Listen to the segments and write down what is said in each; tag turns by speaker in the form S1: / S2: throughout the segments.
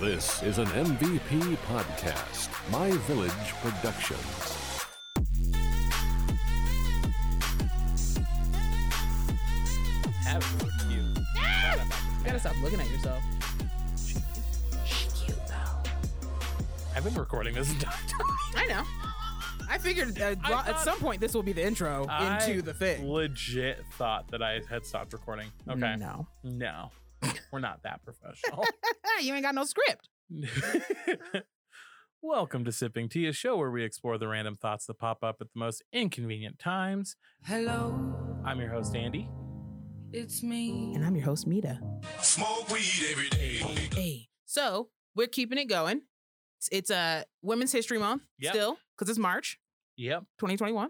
S1: This is an MVP podcast, My Village Productions.
S2: have it look cute.
S3: You gotta stop looking at yourself.
S2: I've been recording this entire time.
S3: I know. I figured uh,
S2: I
S3: well, at
S2: thought-
S3: some point this will be the intro
S2: I
S3: into the thing.
S2: Legit thought that I had stopped recording. Okay.
S3: No.
S2: No. We're not that professional.
S3: Ah, you ain't got no script.
S2: Welcome to Sipping Tea, a show where we explore the random thoughts that pop up at the most inconvenient times.
S4: Hello,
S2: I'm your host, Andy.
S4: it's me.
S3: And I'm your host, Mita.
S5: Smoke weed every day.
S3: Hey. So we're keeping it going. It's, it's uh, Women's History Month
S2: Yep.
S3: still because it's March
S2: Yep.
S3: 2021.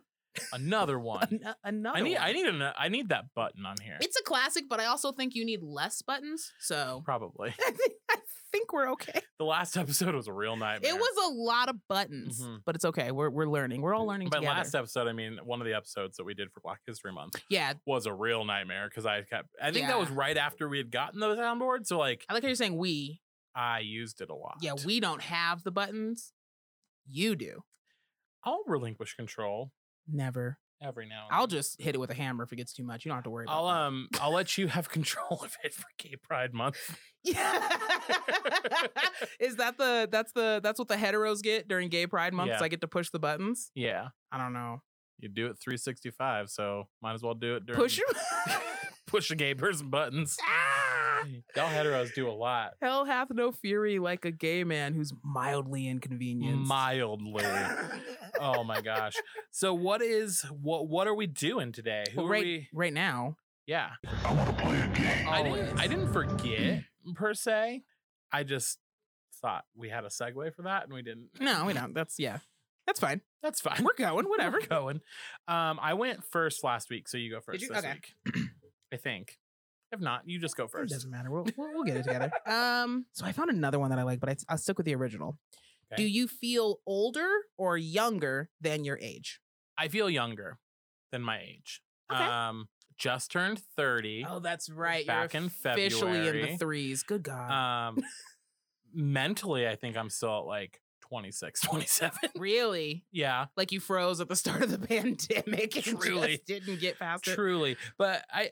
S2: Another one.
S3: An- uh, another.
S2: I need
S3: one.
S2: I need an, I need that button on here.
S3: It's a classic, but I also think you need less buttons. So
S2: Probably.
S3: I think, I think we're okay.
S2: The last episode was a real nightmare.
S3: It was a lot of buttons,
S2: Mhm.
S3: but it's okay. We're, we're learning. We're all learning
S2: By
S3: together.
S2: last episode, I mean one of the episodes that we did for Black History Month.
S3: yeah.
S2: was a real nightmare because I kept. I think that was
S3: Yeah.
S2: right after we had gotten the soundboard, so like
S3: I like how you're saying we.
S2: I used it a lot.
S3: Yeah, we don't have the buttons. You do.
S2: I'll relinquish control
S3: Never.
S2: every now. And
S3: I'll
S2: then.
S3: just hit it with a hammer if it gets too much. You don't have to worry about
S2: Oh. I'll
S3: that.
S2: um. I'll let you have control of it for Gay Pride Month.
S3: Yeah. Is that the that's the that's what the heteros get during gay pride month? is
S2: Yeah.
S3: I get to push the buttons.
S2: Yeah,
S3: I don't know.
S2: you do it 365, so might as well do it during
S3: Push your
S2: push a gay person buttons. Y'all heteros do a lot.
S3: Ah! Hell hath no fury like a gay man who's mildly inconvenienced.
S2: Mildly. oh my gosh. So what is what what are we doing today? Who
S3: Well,
S2: are
S3: right
S2: we?
S3: right now.
S2: Yeah. I
S3: always.
S2: didn't, I didn't forget per se. I just thought we had a segue for that and we didn't.
S3: No, we don't. That's yeah. That's fine.
S2: That's fine.
S3: We're going, whatever.
S2: We're going. Um, I went first last week, so you go first
S3: you?
S2: this
S3: Okay.
S2: week. I think. If not, you just go
S3: It
S2: first.
S3: doesn't matter. We'll, we'll, we'll get it together. um, so I found another one that I like, but I, I'll stick with the original.
S2: Okay.
S3: Do you feel older or younger than your age?
S2: I feel younger than my age.
S3: Okay. Oh,
S2: Um, just turned 30.
S3: that's
S2: right. You're Back in
S3: officially in
S2: February.
S3: the threes. Good God.
S2: Um, mentally, I think I'm still at like 26, 27.
S3: Uh, really?
S2: yeah.
S3: Like you froze at the start of the pandemic and
S2: Truly.
S3: just didn't get past it.
S2: truly but i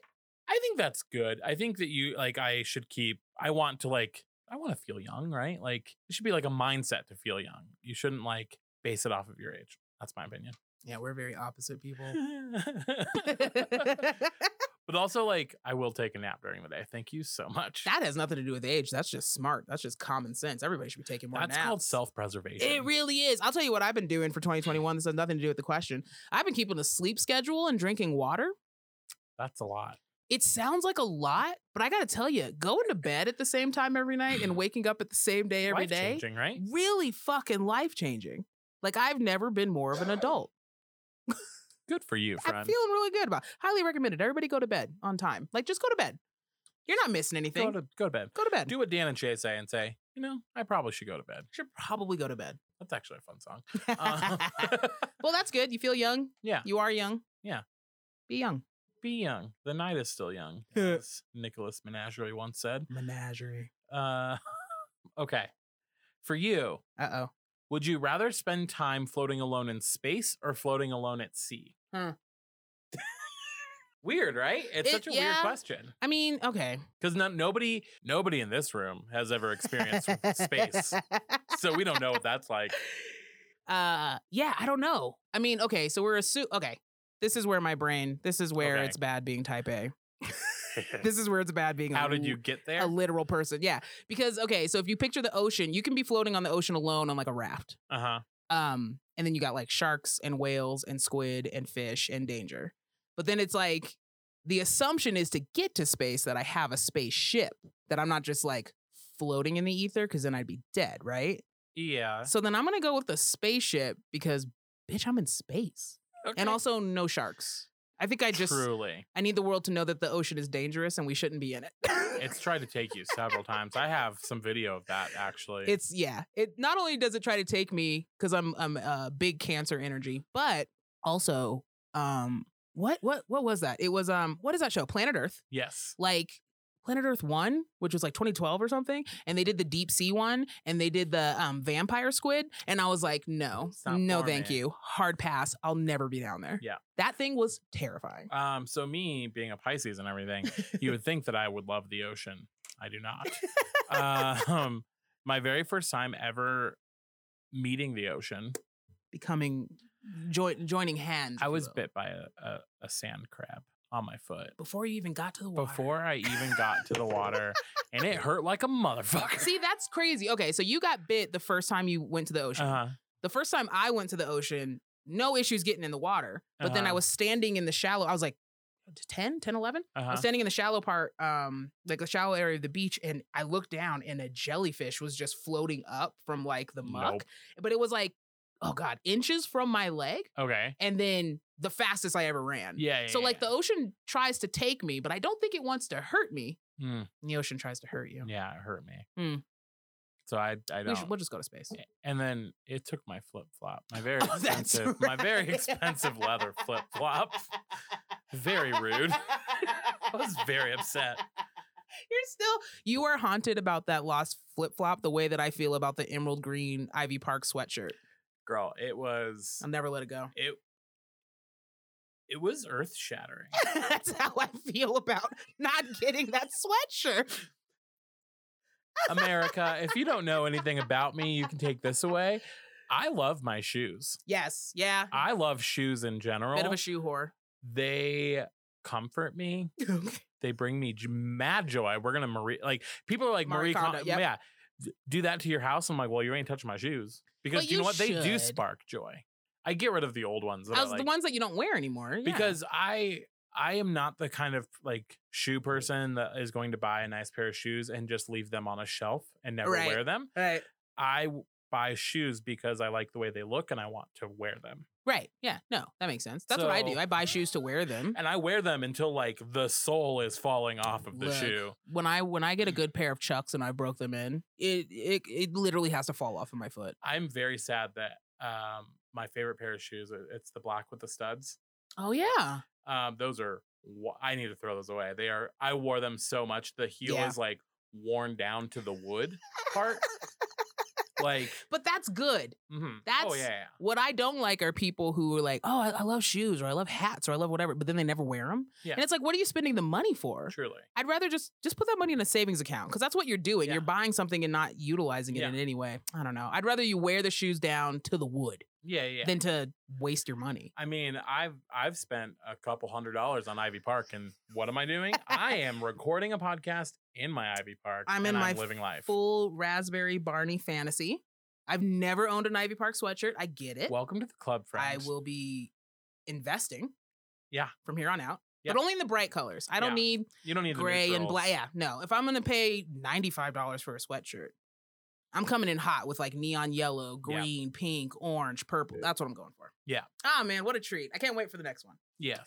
S2: i think that's good i think that you like i should keep i want to like i want to feel young right like it should be like a mindset to feel young you shouldn't like base it off of your age that's my opinion
S3: Yeah, we're very opposite people.
S2: but
S3: that
S2: also like i will take a nap during the day thank you so much
S3: has nothing to do with age. That's just smart. That's just common sense. Everybody should be taking more
S2: that's
S3: naps.
S2: called self-preservation
S3: It really is. I'll tell you what I've been doing for 2021. This has nothing to do with the question. I've been keeping a sleep schedule and drinking water.
S2: that's a lot
S3: It sounds like a lot, but I got to tell you, going to bed at the same time every night and waking up at the same day every day, Mm.
S2: Life-changing, right
S3: really fucking life changing. Like I've never been more of an adult.
S2: good for you friend
S3: I'm feeling really good about. Highly recommended. Everybody go to bed on time. Like just go to bed. You're not missing anything.
S2: go
S3: Go to,
S2: to go to bed
S3: bed.
S2: do what dan and shay say and say you know i probably should go to bed
S3: should probably go to bed.
S2: that's actually a fun song Uh,
S3: well, that's good. You feel young.
S2: Yeah.
S3: You are young.
S2: Yeah.
S3: Be young.
S2: be young. The night is still young,
S3: Yeah.
S2: as Nicholas Menagerie once said.
S3: Menagerie.
S2: Uh, okay. For you,
S3: Uh oh.
S2: would you rather spend time floating alone in space or floating alone at sea?
S3: Huh.
S2: weird, right? It's
S3: It-
S2: such a weird
S3: yeah.
S2: question
S3: I mean, okay.
S2: because no, nobody, nobody in this room has ever experienced space, so we don't know what that's like.
S3: Uh, yeah, I don't know. I mean, okay, so we're assu- okay. This is where my brain. This is where
S2: Okay.
S3: it's bad being type A. This is where it's bad being. a
S2: How did you
S3: l-
S2: get there?
S3: A literal person, yeah. Because okay, so if you picture the ocean, you can be floating on the ocean alone on like a raft.
S2: Uh huh.
S3: Um, and then you got like sharks and whales and squid and fish and danger. But then it's like the assumption is to get to space that I have a spaceship that I'm not just like floating in the ether because then I'd be dead, right?
S2: Yeah.
S3: So then I'm gonna go with the spaceship because bitch, I'm in space. And
S2: Okay.
S3: also no sharks. I think I just
S2: truly,
S3: I need the world to know that the ocean is dangerous and we shouldn't be in it.
S2: it's tried to take you several times. I have some video of that actually.
S3: It's yeah. It not only does it try to take me because I'm I'm uh, big cancer energy, but also um what what what was that? It was um what is that show? Planet Earth.
S2: yes.
S3: Like Planet Earth One, which was like 2012 or something, and they did the deep sea one, and they did the um, vampire squid, and I was like, no,
S2: It's not
S3: no,
S2: for
S3: thank
S2: me.
S3: you, hard pass. I'll never be down there.
S2: Yeah.
S3: that thing was terrifying.
S2: Um, so me being a Pisces and everything, you would think that I would love the ocean. I do not. um, my very first time ever meeting the ocean,
S3: Becoming join joining hands. if
S2: I
S3: you
S2: was
S3: will.
S2: bit by a, a, a sand crab on my foot
S3: before you even got to the water.
S2: before I even got to the water, and it hurt like a motherfucker.
S3: See, that's crazy. Okay, so you got bit the first time you went to the ocean.
S2: Uh-huh.
S3: The first time I went to the ocean, no issues getting in the water. But then I
S2: Uh-huh.
S3: was standing in the shallow. I was like 10, 10, 11? I
S2: Uh-huh.
S3: was standing in the shallow part, um, like the shallow area of the beach, and I looked down and a jellyfish was just floating up from like the muck.
S2: Nope.
S3: But it was like, oh God, inches from my leg.
S2: Okay.
S3: And then the fastest I ever ran.
S2: Yeah. yeah
S3: So like
S2: yeah.
S3: the ocean tries to take me, but I don't think it wants to hurt me.
S2: Hmm.
S3: And the ocean tries to hurt you.
S2: yeah, it hurt me.
S3: Mm.
S2: So I I
S3: We
S2: don't.
S3: should, we'll just go to space.
S2: and then it took my flip flop, my very
S3: Oh, that's
S2: expensive, my very
S3: right.
S2: expensive leather flip flop. Very rude.
S3: I
S2: was very upset.
S3: You're still you are haunted about that lost flip flop the way that I feel about the emerald green Ivy Park sweatshirt.
S2: Girl, it was
S3: I'll never let it go.
S2: it it was earth shattering.
S3: That's how I feel about not getting that sweatshirt.
S2: America, if you don't know anything about me, you can take this away. I love my shoes.
S3: Yes, yeah.
S2: I love shoes in general.
S3: Bit of a shoe whore.
S2: they comfort me. They bring me j- mad joy. We're gonna Marie like people are like
S3: Marie
S2: Marie,
S3: Kondo,
S2: Kondo,
S3: yep.
S2: yeah. d- Do that to your house. I'm like, well, you ain't touching my shoes because
S3: But
S2: you know
S3: you
S2: what? They do
S3: should.
S2: spark joy. I get rid of the old ones. That I
S3: As the
S2: like.
S3: ones that you don't wear anymore. yeah.
S2: because I I am not the kind of like shoe person that is going to buy a nice pair of shoes and just leave them on a shelf and never
S3: Right.
S2: wear them.
S3: right,
S2: I w- buy shoes because I like the way they look and I want to wear them.
S3: right, yeah. No, that makes sense. That's what I do.
S2: So-
S3: I buy shoes to wear them.
S2: And I wear them until like the sole is falling off of the
S3: Look,
S2: shoe.
S3: When I when I
S2: Mm.
S3: get a good pair of chucks and I broke them in, it it, it literally has to fall off of my foot.
S2: I'm very sad that um my favorite pair of shoes are- it's the black with the studs.
S3: Oh yeah.
S2: Um those are wa- I need to throw those away. They are I wore them so much the heel
S3: Yeah.
S2: is like worn down to the wood part. like
S3: But that's good.
S2: mhm. oh
S3: That's-
S2: yeah, yeah.
S3: What I don't like are people who are like, oh, I, I love shoes or I love hats or I love whatever, but then they never wear them.
S2: Yeah.
S3: And it's like, what are you spending the money for?
S2: Truly.
S3: I'd rather just just put that money in a savings account because that's what you're doing.
S2: Yeah.
S3: You're buying something and not utilizing it
S2: Yeah.
S3: in any way. I don't know. I'd rather you wear the shoes down to the wood
S2: Yeah, yeah.
S3: than to waste your money.
S2: I mean, I've I've spent a couple hundred dollars on Ivy Park, and what am I doing? I am recording a podcast in my Ivy Park.
S3: I'm in
S2: and
S3: my
S2: living life.
S3: Full raspberry Barney fantasy. I've never owned an Ivy Park sweatshirt. I get it.
S2: Welcome to the club,
S3: I
S2: friends.
S3: will be investing.
S2: Yeah.
S3: From here on out.
S2: Yeah.
S3: But only in the bright colors. I don't
S2: Yeah.
S3: need
S2: You don't need the
S3: gray and
S2: neutrals.
S3: black. Yeah, no. If I'm gonna pay ninety five dollars for a sweatshirt, I'm coming in hot with like neon yellow,
S2: Yeah.
S3: green, pink, orange, purple. That's what I'm going for.
S2: Yeah.
S3: Ah man, what a treat! I can't wait for the next one.
S2: Yes.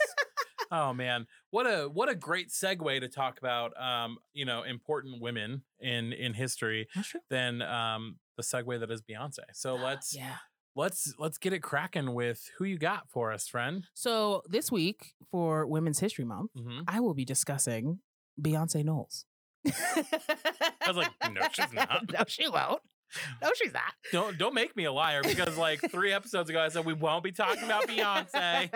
S2: oh man, what a what a great segue to talk about. Um, you know, important women in in history
S3: That's true.
S2: than um the segue that is Beyonce. So let's
S3: Ah, Yeah.
S2: let's let's get it cracking with who you got for us, friend.
S3: So this week for Women's History Month,
S2: hmm
S3: I will be discussing Beyonce Knowles. I
S2: was like, no, she's not.
S3: no, she won't. No, she's not.
S2: Don't don't make me a liar because like three episodes ago I said we won't be talking about Beyonce.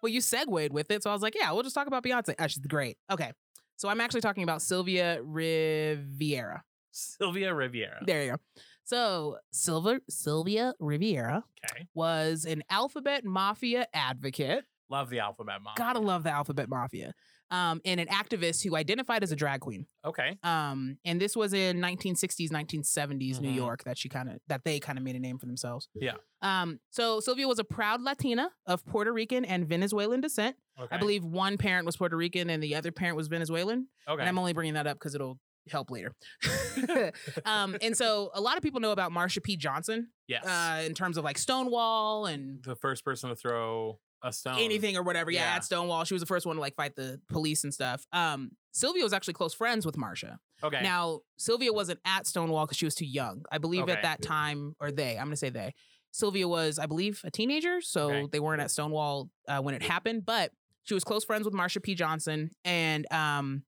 S3: well, you segued with it, so I was like, yeah, we'll just talk about Beyonce. Oh, she's great. Okay. So I'm actually talking about Sylvia Riviera.
S2: Sylvia Riviera.
S3: There you go. So Silva, Sylvia Riviera
S2: Okay.
S3: was an alphabet mafia advocate.
S2: Love the alphabet mom.
S3: Gotta love the alphabet mafia. Um, and an activist who identified as a drag queen.
S2: Okay.
S3: Um, and this was in 1960s, 1970s New
S2: Mhm.
S3: York that she kind of that they kind of made a name for themselves.
S2: Yeah.
S3: Um, so Sylvia was a proud Latina of Puerto Rican and Venezuelan descent.
S2: Okay.
S3: I believe one parent was Puerto Rican and the other parent was Venezuelan.
S2: Okay.
S3: And I'm uh, only bringing that up because it'll help later. um, and so a lot of people know about Marsha P. Johnson
S2: yes.
S3: uh, in terms of like Stonewall and
S2: the first person to throw a stone.
S3: anything or whatever. Yeah,
S2: Yeah.
S3: at Stonewall, she was the first one to like fight the police and stuff. Um, Sylvia was actually close friends with Marsha.
S2: Okay.
S3: Now, Sylvia wasn't at Stonewall because she was too young. I believe
S2: Okay.
S3: at that time, or they, I'm going to say they, Sylvia was, I believe, a teenager. So
S2: Okay.
S3: they weren't at Stonewall uh, when it happened, but she was close friends with Marsha P. Johnson. And um,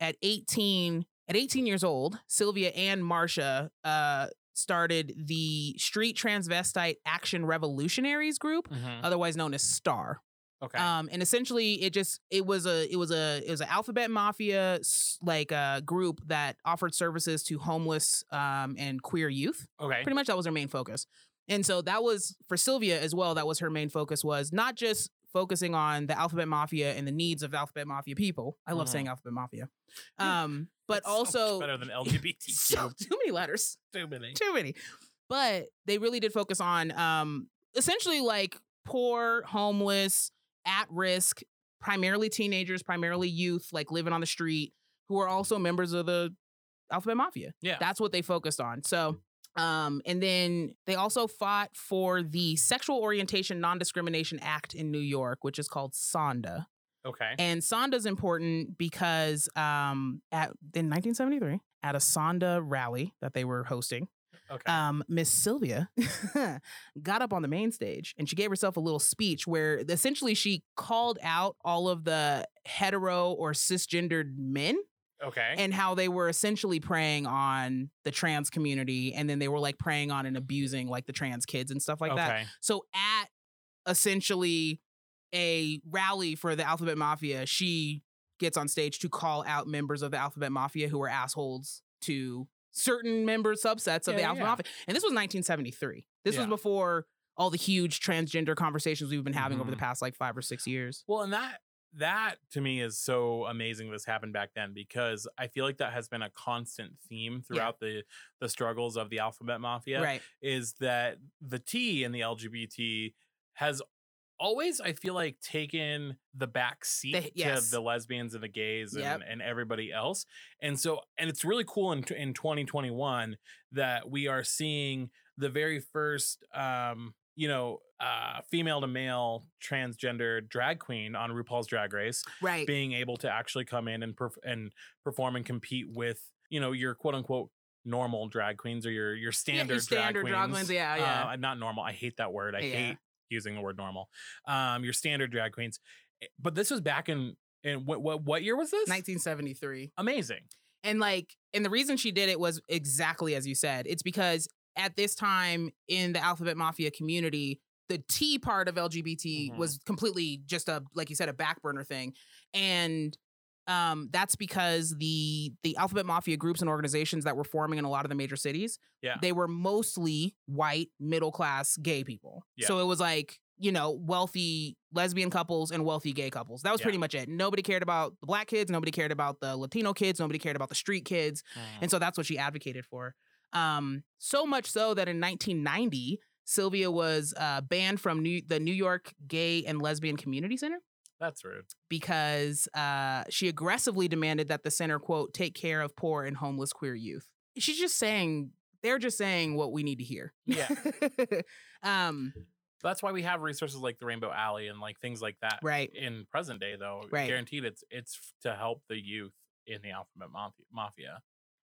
S3: at 18 at 18 years old sylvia and Marcia uh, started the street transvestite action revolutionaries group
S2: Mhm.
S3: otherwise known as star
S2: Okay.
S3: um, and essentially, it just it was a it was a it was an alphabet mafia s- like uh, group that offered services to homeless um, and queer youth.
S2: okay.
S3: Pretty much, that was their main focus. And so that was for Sylvia as well. That was her main focus was not just focusing on the alphabet mafia and the needs of alphabet mafia people. I love
S2: Mhm.
S3: saying alphabet mafia, um, but
S2: That's so much
S3: also
S2: better than LGBTQ.
S3: so too many letters
S2: Too many.
S3: too many. But they really did focus on um essentially like poor, homeless, at risk, primarily teenagers, primarily youth, like living on the street, who are also members of the Alphabet Mafia.
S2: Yeah.
S3: That's what they focused on. So um, and then they also fought for the Sexual Orientation Non Discrimination Act in New York, which is called SONDA.
S2: Okay.
S3: And Sonda's important because um, at, in 1973, at a Sonda rally that they were hosting,
S2: Okay.
S3: um, Miss Sylvia got up on the main stage and she gave herself a little speech where essentially she called out all of the hetero or cisgendered men
S2: okay.
S3: and how they were essentially preying on the trans community. And then they were like preying on and abusing like the trans kids and stuff like that.
S2: okay.
S3: So at essentially a rally for the Alphabet Mafia, she gets on stage to call out members of the Alphabet Mafia who are assholes to certain member subsets
S2: Yeah,
S3: of the
S2: yeah,
S3: Alphabet
S2: yeah.
S3: Mafia. And this was 1973. This was
S2: Yeah.
S3: before all the huge transgender conversations we've been having over the
S2: Mhm.
S3: past like five or six years.
S2: Well, and that that to me is so amazing this happened back then because I feel like that has been a constant theme throughout the the struggles of the alphabet mafia
S3: Right.
S2: is that the T in the LGBT has always I feel like taken the back seat
S3: The- yes.
S2: to the lesbians and the gays
S3: Yep.
S2: and, and everybody else. And so and it's really cool in t- in 2021 that we are seeing the very first um you know uh female to male transgender drag queen on RuPaul's Drag Race
S3: Right.
S2: being able to actually come in and perf- and perform and compete with you know your quote unquote normal drag queens or your your standard,
S3: standard
S2: drag,
S3: drag
S2: queens.
S3: queens, yeah, yeah.
S2: Uh, not normal. I hate that word. I
S3: Yeah.
S2: hate using the word normal. Um, your standard drag queens. Eh, But this was back in in what what what year was this?
S3: 1973.
S2: Amazing.
S3: And like, and the reason she did it was exactly as you said. It's because at this time in the Alphabet Mafia community, the T part of LGBT
S2: Mhm.
S3: was completely just a, like you said, a back burner thing. And um, that's because the the Alphabet Mafia groups and organizations that were forming in a lot of the major cities,
S2: Yeah.
S3: they were mostly white, middle class gay people.
S2: Yeah.
S3: So it was like, you know, wealthy lesbian couples and wealthy gay couples. That was
S2: Yeah.
S3: pretty much it. Nobody cared about the black kids, nobody cared about the Latino kids, nobody cared about the street kids.
S2: Mm.
S3: And so that's what she advocated for. Um, so much so that in 1990, Sylvia was uh, banned from New- the New York Gay and Lesbian Community Center
S2: That's rude.
S3: because uh, she aggressively demanded that the center, quote, take care of poor and homeless queer youth. She's just saying, they're just saying what we need to hear.
S2: Yeah.
S3: um,
S2: That's why we have resources like the Rainbow Alley and like things like that.
S3: right.
S2: In present day though,
S3: Right.
S2: guaranteed it's it's f- to help the youth in the alphabet mafia. mafia.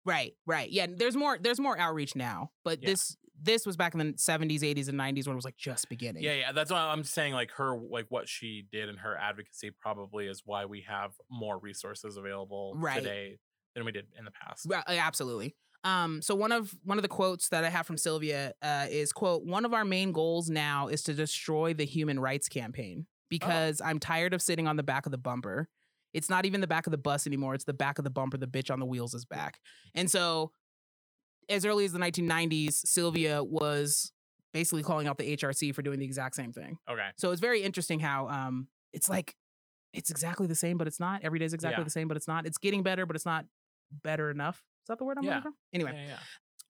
S3: Right, right. Yeah, there's more there's more outreach now, but
S2: Yeah.
S3: this this was back in the 70s, 80s and 90s when it was like just beginning.
S2: Yeah, yeah, that's why I'm saying like her like what she did and her advocacy probably is why we have more resources available
S3: Right.
S2: today than we did in the past.
S3: Right, uh, absolutely. Um, so one of one of the quotes that I have from Sylvia uh, is quote One of our main goals now is to destroy the human rights campaign because I'm tired of sitting on the back of the bumper. It's not even the back of the bus anymore. It's the back of the bumper. The bitch on the wheels is back. And so, as early as the 1990s, Sylvia was basically calling out the HRC for doing the exact same thing.
S2: Okay.
S3: So it's very interesting how um it's like it's exactly the same, but it's not. Every day's exactly
S2: Yeah.
S3: the same, but it's not. It's getting better, but it's not better enough. Is that the word I'm
S2: Yeah.
S3: looking for? Anyway,
S2: Yeah, yeah.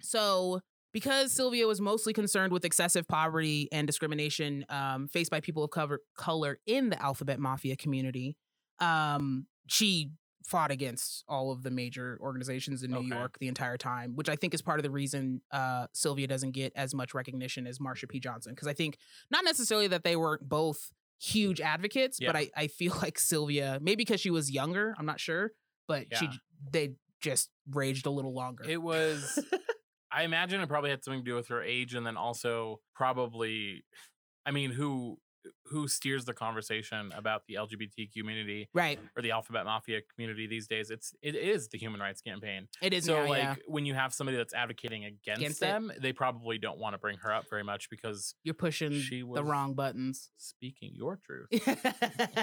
S3: so because Sylvia was mostly concerned with excessive poverty and discrimination um, faced by people of cover- color in the alphabet mafia community, um, she fought against all of the major organizations in New
S2: Okay.
S3: York the entire time, which I think is part of the reason uh, Sylvia doesn't get as much recognition as Marsha P. Johnson. Because I think not necessarily that they weren't both huge advocates, but
S2: Yeah.
S3: I, I feel like Sylvia, maybe because she was younger, I'm not sure, but she
S2: Yeah.
S3: they just raged a little longer.
S2: It was I imagine it probably had something to do with her age and then also probably I mean who who steers the conversation about the LGBT community
S3: Right.
S2: or the alphabet mafia community these days. It's it is the human rights campaign.
S3: It is
S2: So
S3: now,
S2: like
S3: yeah.
S2: when you have somebody that's advocating against,
S3: Against it.
S2: them, they probably don't want to bring her up very much because
S3: You're pushing
S2: she was
S3: the wrong buttons.
S2: speaking your truth.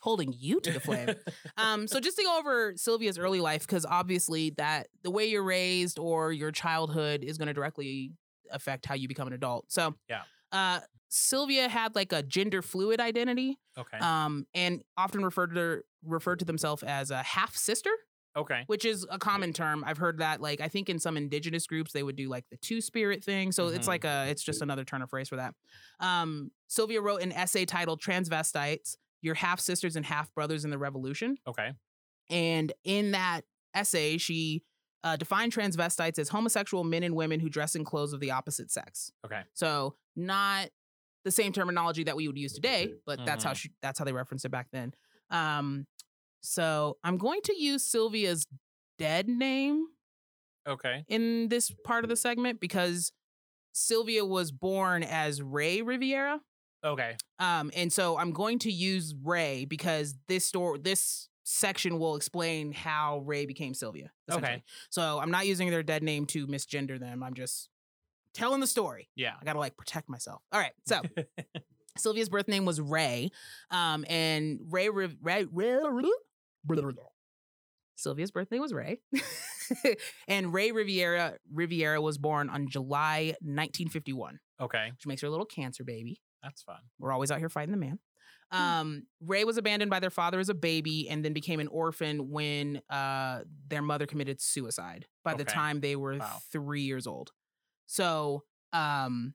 S3: Holding you to the flame. um, so just to go over Sylvia's early life, because obviously that the way you're raised or your childhood is going to directly affect how you become an adult. So
S2: Yeah.
S3: uh, Sylvia had like a gender fluid identity,
S2: okay.
S3: um, and often referred to referred to themselves as a half sister,
S2: okay.
S3: which is a common term. I've heard that like I think in some indigenous groups they would do like the two spirit thing. So
S2: Mhm.
S3: it's like a it's just another turn of phrase for that. Um, Sylvia wrote an essay titled "Transvestites: Your Half Sisters and Half Brothers in the Revolution."
S2: Okay.
S3: And in that essay, she uh, defined transvestites as homosexual men and women who dress in clothes of the opposite sex.
S2: Okay.
S3: So not the same terminology that we would use today, but that's how
S2: Mhm.
S3: she that's how they referenced it back then. Um, so I'm going to use Sylvia's dead name
S2: Okay.
S3: in this part of the segment because Sylvia was born as Ray Riviera.
S2: Okay.
S3: Um, and so I'm going to use Ray because this store, this section will explain how Ray became Sylvia. essentially.
S2: Okay.
S3: So I'm not using their dead name to misgender them. I'm just telling the story.
S2: Yeah.
S3: I gotta like protect myself. All right. So Sylvia's birth name was Ray. Um, and Ray, Ray, Ray, Ray Sylvia's birthday was Ray. and Ray Riviera Riviera was born on July 1951,
S2: okay.
S3: which makes her a little cancer baby.
S2: That's fun.
S3: We're always out here fighting the man.
S2: Hmm.
S3: Um, Ray was abandoned by their father as a baby and then became an orphan when uh, their mother committed suicide by the
S2: Okay.
S3: time they were
S2: Wow.
S3: three years old. So um,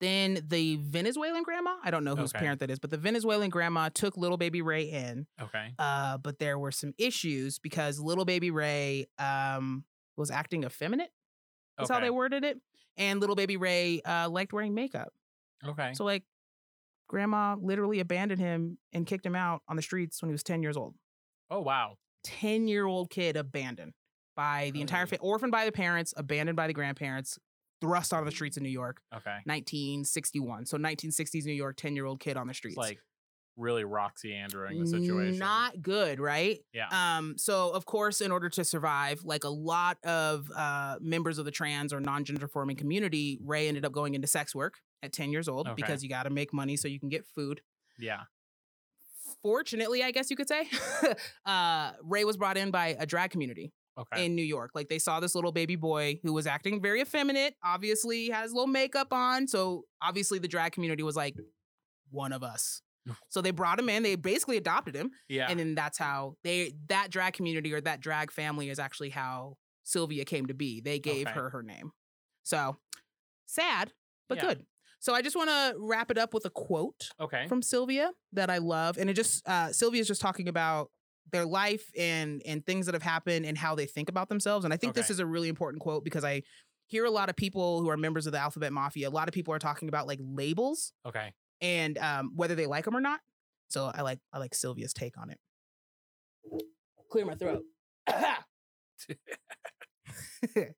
S3: then the Venezuelan grandma, I don't know whose
S2: Okay.
S3: parent that is, but the Venezuelan grandma took little baby Ray in.
S2: Okay.
S3: Uh, but there were some issues because little baby Ray um, was acting effeminate. That's how
S2: okay.
S3: they worded it. And little baby Ray uh, liked wearing makeup.
S2: Okay.
S3: So like grandma literally abandoned him and kicked him out on the streets when he was 10 years old.
S2: oh wow.
S3: 10 year old kid abandoned by the entire
S2: Really?
S3: family, orphaned by the parents, abandoned by the grandparents, thrust onto the streets of New York,
S2: Okay.
S3: 1961. So 1960s New York, 10 year old kid on the
S2: It's
S3: streets.
S2: like really Roxy Andrewing the situation.
S3: Not good, right?
S2: yeah.
S3: Um, so of course, in order to survive, like a lot of uh, members of the trans or non-gender forming community, Ray ended up going into sex work at 10 years old
S2: Okay.
S3: because you got to make money so you can get food.
S2: yeah.
S3: fortunately, I guess you could say, uh, Ray was brought in by a drag community
S2: Okay.
S3: in New York. Like they saw this little baby boy who was acting very effeminate, obviously has little makeup on. So obviously the drag community was like, one of us. So they brought him in, they basically adopted him.
S2: Mm. yeah.
S3: And then that's how they that drag community or that drag family is actually how Sylvia came to be. They gave
S2: Okay.
S3: her her name. So sad, but
S2: Yeah.
S3: good. So I just want to wrap it up with a quote
S2: okay.
S3: from Sylvia that I love, and it just uh, Sylvia's just talking about their life and and things that have happened and how they think about themselves. And I think this
S2: Okay.
S3: is a really important quote because I hear a lot of people who are members of the Alphabet Mafia. A lot of people are talking about like labels
S2: okay.
S3: and um, whether they like them or not. So I like I like Sylvia's take on it. Clear my throat.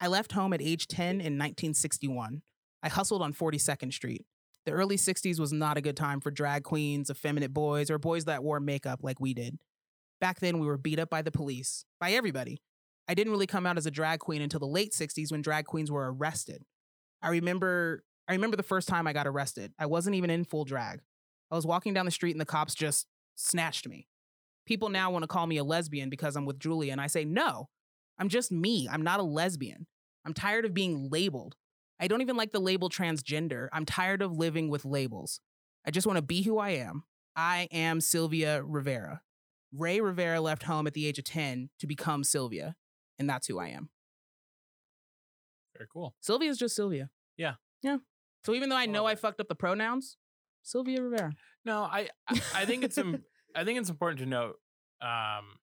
S3: I left home at age 10 in 1961. I hustled on 42nd Street. The early 60s was not a good time for drag queens, effeminate boys, or boys that wore makeup like we did. Back then, we were beat up by the police, by everybody. I didn't really come out as a drag queen until the late 60s when drag queens were arrested. I remember I remember the first time I got arrested. I wasn't even in full drag. I was walking down the street and the cops just snatched me. People now want to call me a lesbian because I'm with Julia, and I say, no, I'm just me. I'm not a lesbian. I'm tired of being labeled. I don't even like the label transgender. I'm tired of living with labels. I just want to be who I am. I am Sylvia Rivera. Ray Rivera left home at the age of 10 to become Sylvia, and that's who I am.
S2: Very cool.
S3: Sylvia's just Sylvia.
S2: Yeah.
S3: Yeah. So even though I
S2: Love
S3: know I
S2: it.
S3: fucked up the pronouns, Sylvia Rivera.
S2: No, I I I think it's im- I think it's important to note. Um,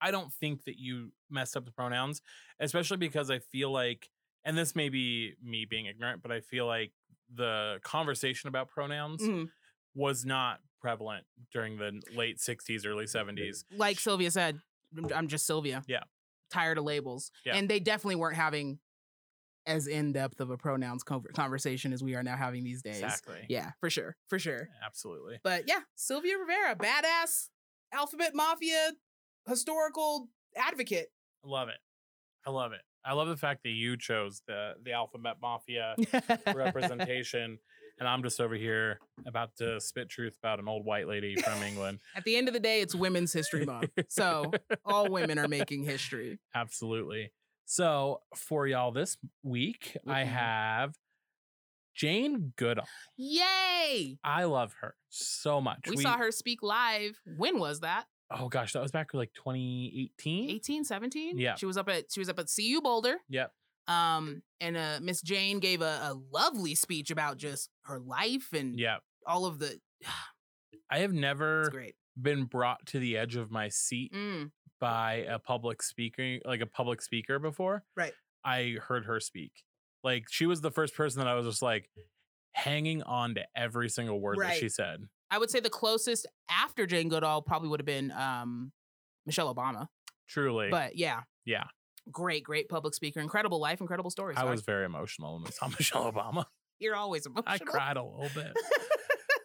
S2: I don't think that you messed up the pronouns, especially because I feel like, and this may be me being ignorant, but I feel like the conversation about pronouns
S3: Mhm.
S2: was not prevalent during the n- late '60s, early '70s.
S3: Like Sylvia said, I'm- I'm just Sylvia.
S2: Yeah.
S3: Tired of labels.
S2: Yeah.
S3: And they definitely weren't having as in depth of a pronouns conver- conversation as we are now having these days.
S2: Exactly.
S3: Yeah, for sure, for sure.
S2: Absolutely.
S3: But yeah, Sylvia Rivera, badass alphabet mafia historical advocate.
S2: I love it. I love it. I love the fact that you chose the the alphabet mafia representation. And I'm just over here about to spit truth about an old white lady from England.
S3: At the end of the day, it's Women's History Month, so all women are making history.
S2: Absolutely. So for y'all this week, I
S3: Mhm.
S2: have Jane Goodall.
S3: Yay!
S2: I love her so much.
S3: We, saw her speak live. When was that?
S2: Oh gosh, that was back like 2018.
S3: 18, 17?
S2: Yeah.
S3: She was up at she was up at CU Boulder.
S2: Yep.
S3: Um, and uh Miss Jane gave a, a lovely speech about just her life and
S2: Yeah.
S3: all of the
S2: I have
S3: it's
S2: never
S3: great.
S2: been brought to the edge of my seat
S3: Mm,
S2: by a public speaker, like a public speaker before.
S3: Right.
S2: I heard her speak. Like she was the first person that I was just like hanging on to every single word that
S3: Right.
S2: she said.
S3: I would say the closest after Jane Goodall probably would have been um Michelle Obama.
S2: Truly.
S3: But yeah.
S2: Yeah.
S3: Great, great public speaker. Incredible life, incredible stories.
S2: I
S3: Doc.
S2: was very emotional when we saw Michelle Obama.
S3: you're always emotional.
S2: I cried a little bit.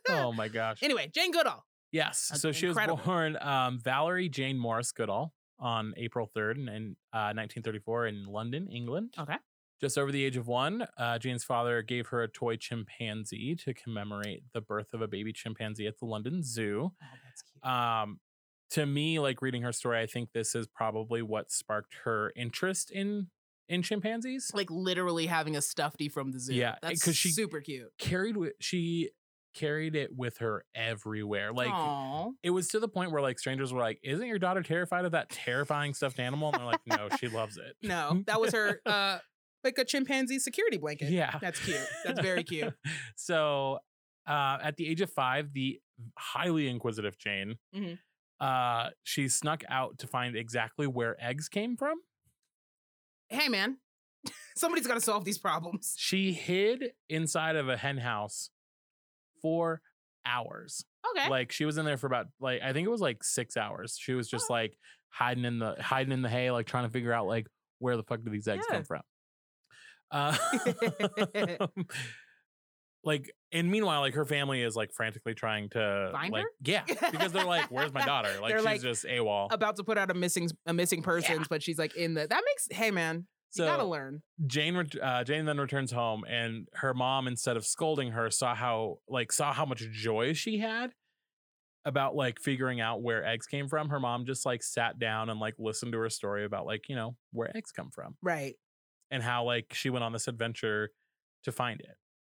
S2: Oh my gosh.
S3: Anyway, Jane Goodall.
S2: Yes.
S3: That's
S2: So she was
S3: incredible.
S2: born um, Valerie Jane Morris Goodall on April 3rd in, in, uh, 1934 in London, England.
S3: Okay.
S2: Just over the age of one, uh, Jane's father gave her a toy chimpanzee to commemorate the birth of a baby chimpanzee at the London Zoo.
S3: Oh, that's cute.
S2: Um, to me, like reading her story, I think this is probably what sparked her interest in in chimpanzees.
S3: like literally having a stuffy from the zoo.
S2: Yeah,
S3: that's
S2: 'cause she-
S3: super cute.
S2: Carried with she carried it with her everywhere. Like
S3: Aw.
S2: it was to the point where like strangers were like, "Isn't your daughter terrified of that terrifying stuffed animal?" And they're like, "No, she loves it."
S3: no, that was her uh like a chimpanzee security blanket.
S2: Yeah,
S3: That's cute. That's very cute.
S2: so, uh, at the age of five, the highly inquisitive Jane,
S3: Mhm.
S2: uh, she snuck out to find exactly where eggs came from.
S3: Hey man, somebody's got to solve these problems.
S2: She hid inside of a hen house for hours.
S3: Okay.
S2: Like she was in there for about like I think it was like six hours. She was
S3: Oh.
S2: just like hiding in the hiding in the hay, like trying to figure out like where the fuck do these eggs
S3: Yeah.
S2: come from. Uh, like and meanwhile, like her family is like frantically trying to
S3: Find
S2: like
S3: her?
S2: yeah because they're like, where's my daughter? Like
S3: They're
S2: she's
S3: like,
S2: just AWOL.
S3: about to put out a missing a missing persons, but she's like in the that makes hey man,
S2: so
S3: you gotta learn.
S2: Jane ret- uh, Jane then returns home, and her mom, instead of scolding her, saw how like saw how much joy she had about like figuring out where eggs came from. Her mom just like sat down and like listened to her story about like you know where eggs come from
S3: Right.
S2: and how like she went on this adventure to find it.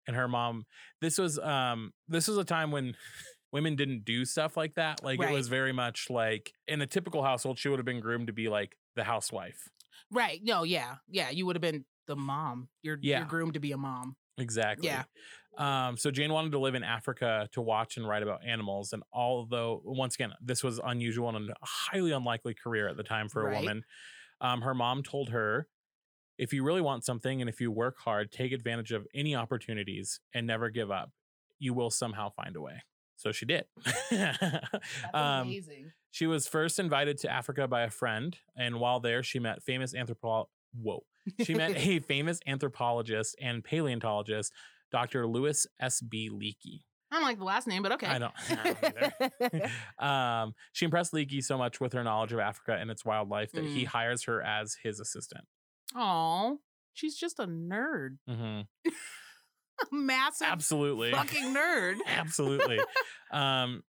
S2: And her mom, this was um this was a time when women didn't do stuff like that. Like
S3: Right.
S2: it was very much like in a typical household, she would have been groomed to be like the housewife.
S3: Right. No, yeah. Yeah. You would have been the mom. You're
S2: Yeah.
S3: you're groomed to be a mom.
S2: Exactly.
S3: Yeah.
S2: Um, so Jane wanted to live in Africa to watch and write about animals. And although, once again, this was unusual and a highly unlikely career at the time for a
S3: Right.
S2: woman, um, her mom told her, if you really want something and if you work hard, take advantage of any opportunities and never give up, you will somehow find a way. So she did. Um,
S3: amazing.
S2: she was first invited to Africa by a friend, and while there, she met famous anthropo whoa. She met a famous anthropologist and paleontologist, Dr. Louis S. B. Leakey.
S3: I don't like the last name, but okay.
S2: I don't, I don't either. um, she impressed Leakey so much with her knowledge of Africa and its wildlife that
S3: Mm.
S2: he hires her as his assistant.
S3: Aw, she's just a nerd.
S2: Mhm.
S3: A massive
S2: Absolutely.
S3: fucking nerd.
S2: Absolutely. um,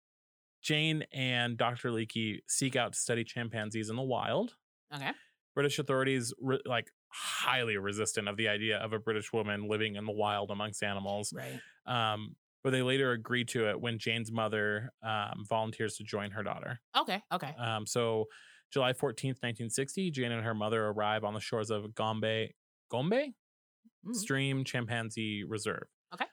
S2: Jane and Dr. Leakey seek out to study chimpanzees in the wild.
S3: Okay.
S2: British authorities re- like highly resistant of the idea of a British woman living in the wild amongst animals.
S3: Right.
S2: Um, but they later agree to it when Jane's mother um, volunteers to join her daughter.
S3: Okay. Okay.
S2: Um, so, July 14th, 1960, Jane and her mother arrive on the shores of Gombe, Gombe
S3: Mm.
S2: Stream Chimpanzee Reserve.
S3: Okay.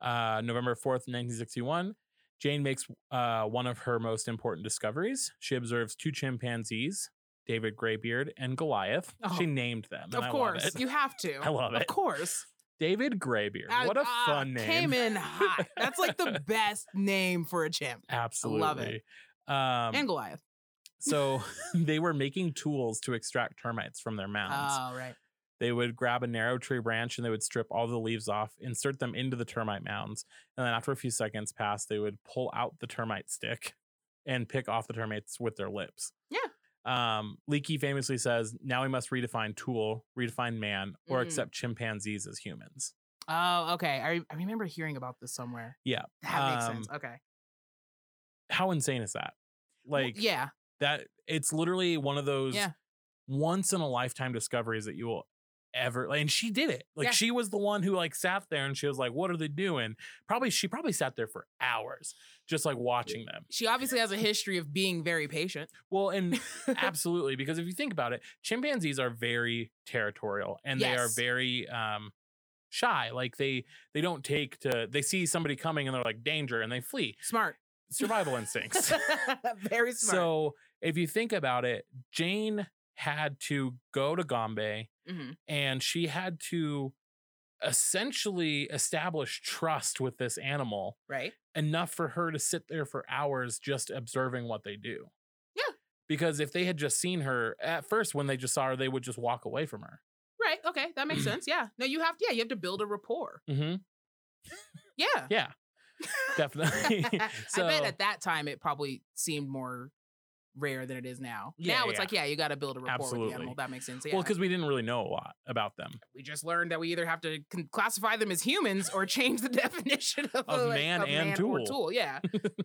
S2: Uh, November 4th, 1961, Jane makes uh, one of her most important discoveries. She observes two chimpanzees, David Graybeard and Goliath.
S3: Oh.
S2: She named them. and I
S3: Of
S2: love
S3: course,
S2: it.
S3: you have to.
S2: I love
S3: Of
S2: it.
S3: course.
S2: David Graybeard.
S3: I-
S2: what a
S3: ah,
S2: fun name.
S3: Came in hot. That's like the best name for a chimp.
S2: Absolutely. Um,
S3: and Goliath.
S2: so they were making tools to extract termites from their mounds.
S3: Oh, right.
S2: They would grab a narrow tree branch and they would strip all the leaves off, insert them into the termite mounds, and then after a few seconds pass, they would pull out the termite stick and pick off the termites with their lips.
S3: Yeah.
S2: Um, Leakey famously says, "Now we must redefine tool, redefine man, or
S3: Mm.
S2: accept chimpanzees as humans."
S3: Oh, okay. I, re- I remember hearing about this somewhere.
S2: Yeah,
S3: That makes
S2: um,
S3: sense. Okay.
S2: How insane is that?
S3: Well,
S2: Like,
S3: yeah.
S2: that it's literally one of those
S3: Yeah.
S2: once in a lifetime discoveries that you will ever and she did it like
S3: Yeah.
S2: she was the one who like sat there and she was like what are they doing probably she probably sat there for hours just like watching them
S3: She obviously has a history of being very patient.
S2: well and absolutely because if you think about it chimpanzees are very territorial and they are
S3: Yes.
S2: very um shy like they they don't take to they see somebody coming and they're like danger and they flee
S3: Smart.
S2: survival instincts
S3: very smart.
S2: so if you think about it, Jane had to go to Gombe
S3: Mhm.
S2: and she had to essentially establish trust with this animal
S3: right.
S2: enough for her to sit there for hours just observing what they do.
S3: Yeah.
S2: Because if they had just seen her at first, when they just saw her, they would just walk away from her.
S3: Right. Okay. That makes sense. Yeah. No, you have yeah, you have to build a rapport.
S2: Mm-hmm.
S3: Yeah.
S2: Yeah, definitely.
S3: I bet at that time it probably seemed more rare than it is now.
S2: Yeah,
S3: now
S2: yeah,
S3: it's like, yeah, you got to build a rapport with
S2: Absolutely.
S3: the animal. That makes sense. Yeah.
S2: Well, because we didn't really know a lot about them.
S3: we just learned that we either have to con- classify them as humans or change the definition of,
S2: Of
S3: a,
S2: man
S3: of
S2: and
S3: or
S2: tool.
S3: tool. Yeah,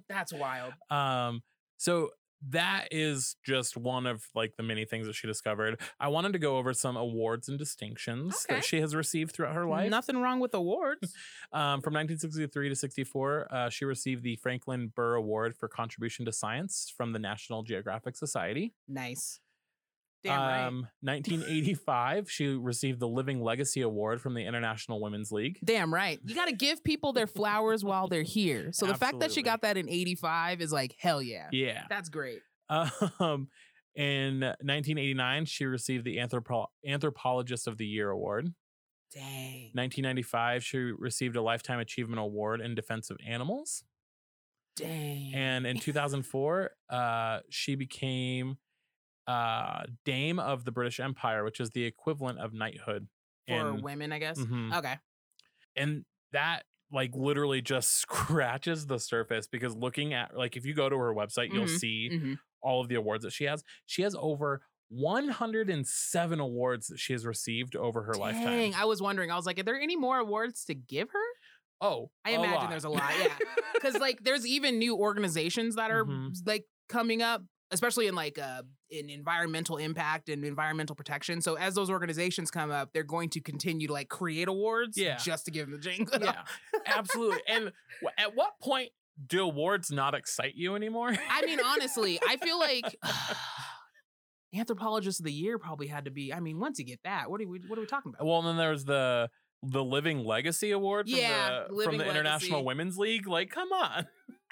S3: that's wild.
S2: Um, so that is just one of like the many things that she discovered. I wanted to go over some awards and distinctions
S3: Okay.
S2: that she has received throughout her life.
S3: Nothing wrong with awards.
S2: Um, from 1963 to 64, uh, she received the Franklin Burr Award for contribution to science from the National Geographic Society.
S3: nice. Damn right.
S2: Um, 1985, she received the Living Legacy Award from the International Women's League.
S3: Damn right. You got to give people their flowers while they're here. So the fact that she
S2: Absolutely.
S3: got that in 85 is like, hell yeah.
S2: Yeah.
S3: That's great.
S2: Um, in 1989, she received the Anthropo- Anthropologist of the Year Award.
S3: Dang.
S2: 1995, she received a Lifetime Achievement Award in Defense of Animals.
S3: Dang.
S2: And in 2004, uh, she became uh, Dame of the British Empire, which is the equivalent of knighthood.
S3: For Uh.
S2: in-
S3: women, I guess.
S2: Mhm.
S3: Okay.
S2: And that, like, literally just scratches the surface because looking at, like, if you go to her website, you'll
S3: Mhm.
S2: see
S3: Mhm.
S2: all of the awards that she has. She has over 107 awards that she has received over her lifetime.
S3: Dang. I was wondering. I was like, are there any more awards to give her?
S2: oh,
S3: I
S2: a
S3: imagine
S2: lot.
S3: there's a lot. Yeah. because like there's even new organizations that are
S2: Mhm.
S3: like coming up especially in like uh in environmental impact and environmental protection so as those organizations come up they're going to continue to like create awards
S2: Yeah.
S3: just to give them the jingle
S2: yeah, absolutely. And w- at what point do awards not excite you anymore?
S3: i mean honestly i feel like anthropologist of the year probably had to be i mean once you get that what are we what are we talking about
S2: well, and then there's the the Living Legacy Award from
S3: Yeah,
S2: the from
S3: Living
S2: the International
S3: Legacy.
S2: Women's League. Like, come on.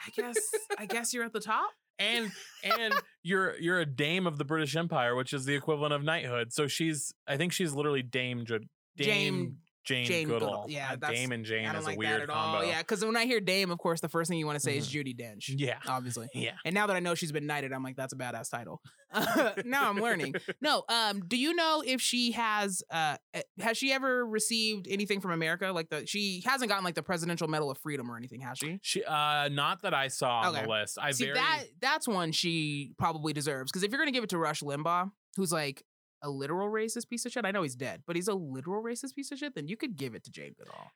S3: i guess i guess you're at the top
S2: And and you're you're a dame of the British Empire, which is the equivalent of knighthood. So she's I think she's literally Dame Jo- Dame Jane,
S3: Jane
S2: Goodall.
S3: Goodall. Yeah,
S2: God,
S3: that's-
S2: Dame and Jane
S3: i don't
S2: is
S3: like
S2: a weird
S3: that at
S2: combo.
S3: all yeah because when i hear dame of course the first thing you want to say is
S2: Mhm.
S3: judy dench
S2: yeah,
S3: obviously
S2: yeah.
S3: And now that I know she's been knighted, I'm like, that's a badass title. now I'm learning. No, um, do you know if she has uh eh, has she ever received anything from America? Like the she hasn't gotten like the Presidential Medal of Freedom or anything, has she?
S2: She uh, not that I saw on
S3: Okay.
S2: the list. I
S3: See
S2: very
S3: that that's one she probably deserves. Cause if you're gonna give it to Rush Limbaugh, who's like a literal racist piece of shit, I know he's dead, but he's a literal racist piece of shit, then you could give it to Jane Goodall.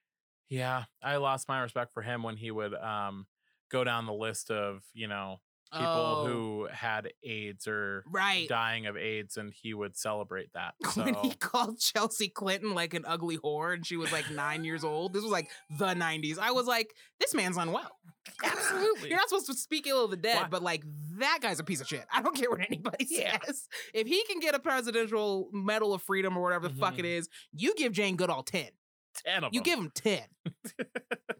S2: Yeah, I lost my respect for him when he would um go down the list of you know people
S3: Oh,
S2: who had AIDS or
S3: right.
S2: dying of AIDS, and he would celebrate that.
S3: When
S2: So
S3: he called Chelsea Clinton like an ugly whore and she was like nine years old. This was like the 90s. I was like, this man's unwell.
S2: Absolutely.
S3: You're not supposed to speak ill of the dead,
S2: Why-
S3: but like that guy's a piece of shit. I don't care what anybody
S2: Yeah.
S3: says. If he can get a presidential medal of freedom or whatever the fuck it
S2: Mm-hmm.
S3: is, you give Jane Goodall 10.
S2: ten of
S3: You
S2: them.
S3: give him 10.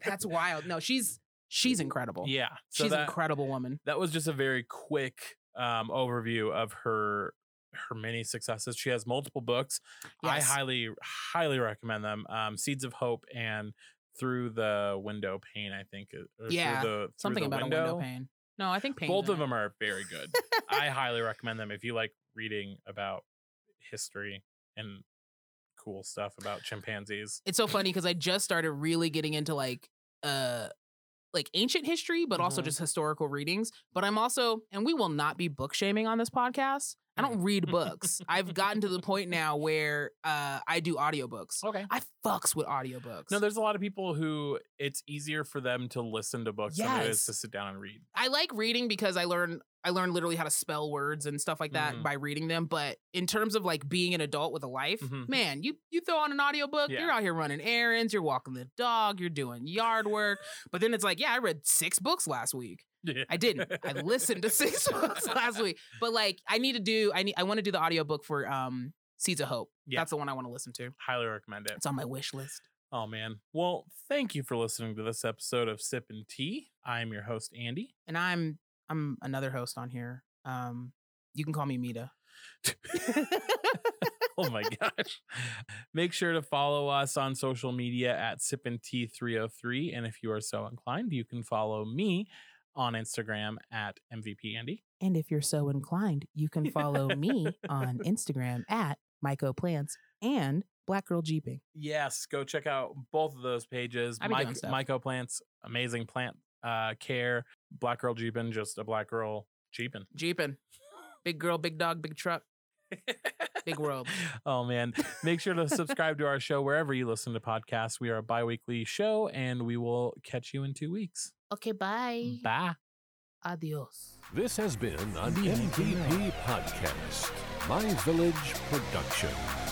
S3: That's wild. No, she's she's incredible.
S2: yeah. So
S3: she's an
S2: that
S3: incredible woman.
S2: that was just a very quick um overview of her her many successes. She has multiple books. I
S3: Yes.
S2: highly highly recommend them. Um, Seeds of Hope and through the window pane i think uh, or through
S3: Yeah,
S2: the- through
S3: Something
S2: the
S3: about
S2: window.
S3: a window pane. No, I think pain.
S2: both of them are very good i highly recommend them if you like reading about history and cool stuff about chimpanzees.
S3: It's so funny because I just started really getting into like uh like ancient history, but also
S2: Mhm.
S3: just historical readings. But I'm also, and we will not be book shaming on this podcast. I don't read books. I've gotten to the point now where uh I do audiobooks.
S2: Okay.
S3: I fucks with audiobooks.
S2: No, there's a lot of people who it's easier for them to listen to books than it is
S3: Yes.
S2: to sit down and read.
S3: I like reading because I learn I learn literally how to spell words and stuff like that
S2: Mhm.
S3: by reading them. But in terms of like being an adult with a life,
S2: Mhm.
S3: man, you you throw on an audiobook,
S2: Yeah.
S3: you're out here running errands, you're walking the dog, you're doing yard work. but then it's like, yeah, I read six books last week. I didn't. I listened to six books last week. But like I need to do I need I want to do the audiobook for um Seeds of Hope.
S2: Yeah.
S3: That's the one I want to listen to.
S2: Highly recommend it.
S3: It's on my wish list.
S2: Oh man. Well, thank you for listening to this episode of Sip and Tea. I'm your host Andy.
S3: And I'm I'm another host on here. Um you can call me Mita.
S2: oh my gosh. Make sure to follow us on social media at Sip and Tea 303 and if you are so inclined, you can follow me on Instagram at MVP Andy.
S3: And if you're so inclined, you can follow me on Instagram at Myco Plants and Black Girl Jeeping.
S2: Yes, go check out both of those pages.
S3: I be doing
S2: Myc-
S3: stuff.
S2: Mycoplants, amazing plant uh, care. Black girl jeepin', just a black girl jeepin'.
S3: Jeeping. Big girl, big dog, big truck. Big world.
S2: oh man, make sure to subscribe to our show wherever you listen to podcasts. We are a bi-weekly show, and we will catch you in two weeks.
S3: Okay, bye.
S2: Bye.
S3: Adios.
S1: This has been an MVP podcast, My Village Production.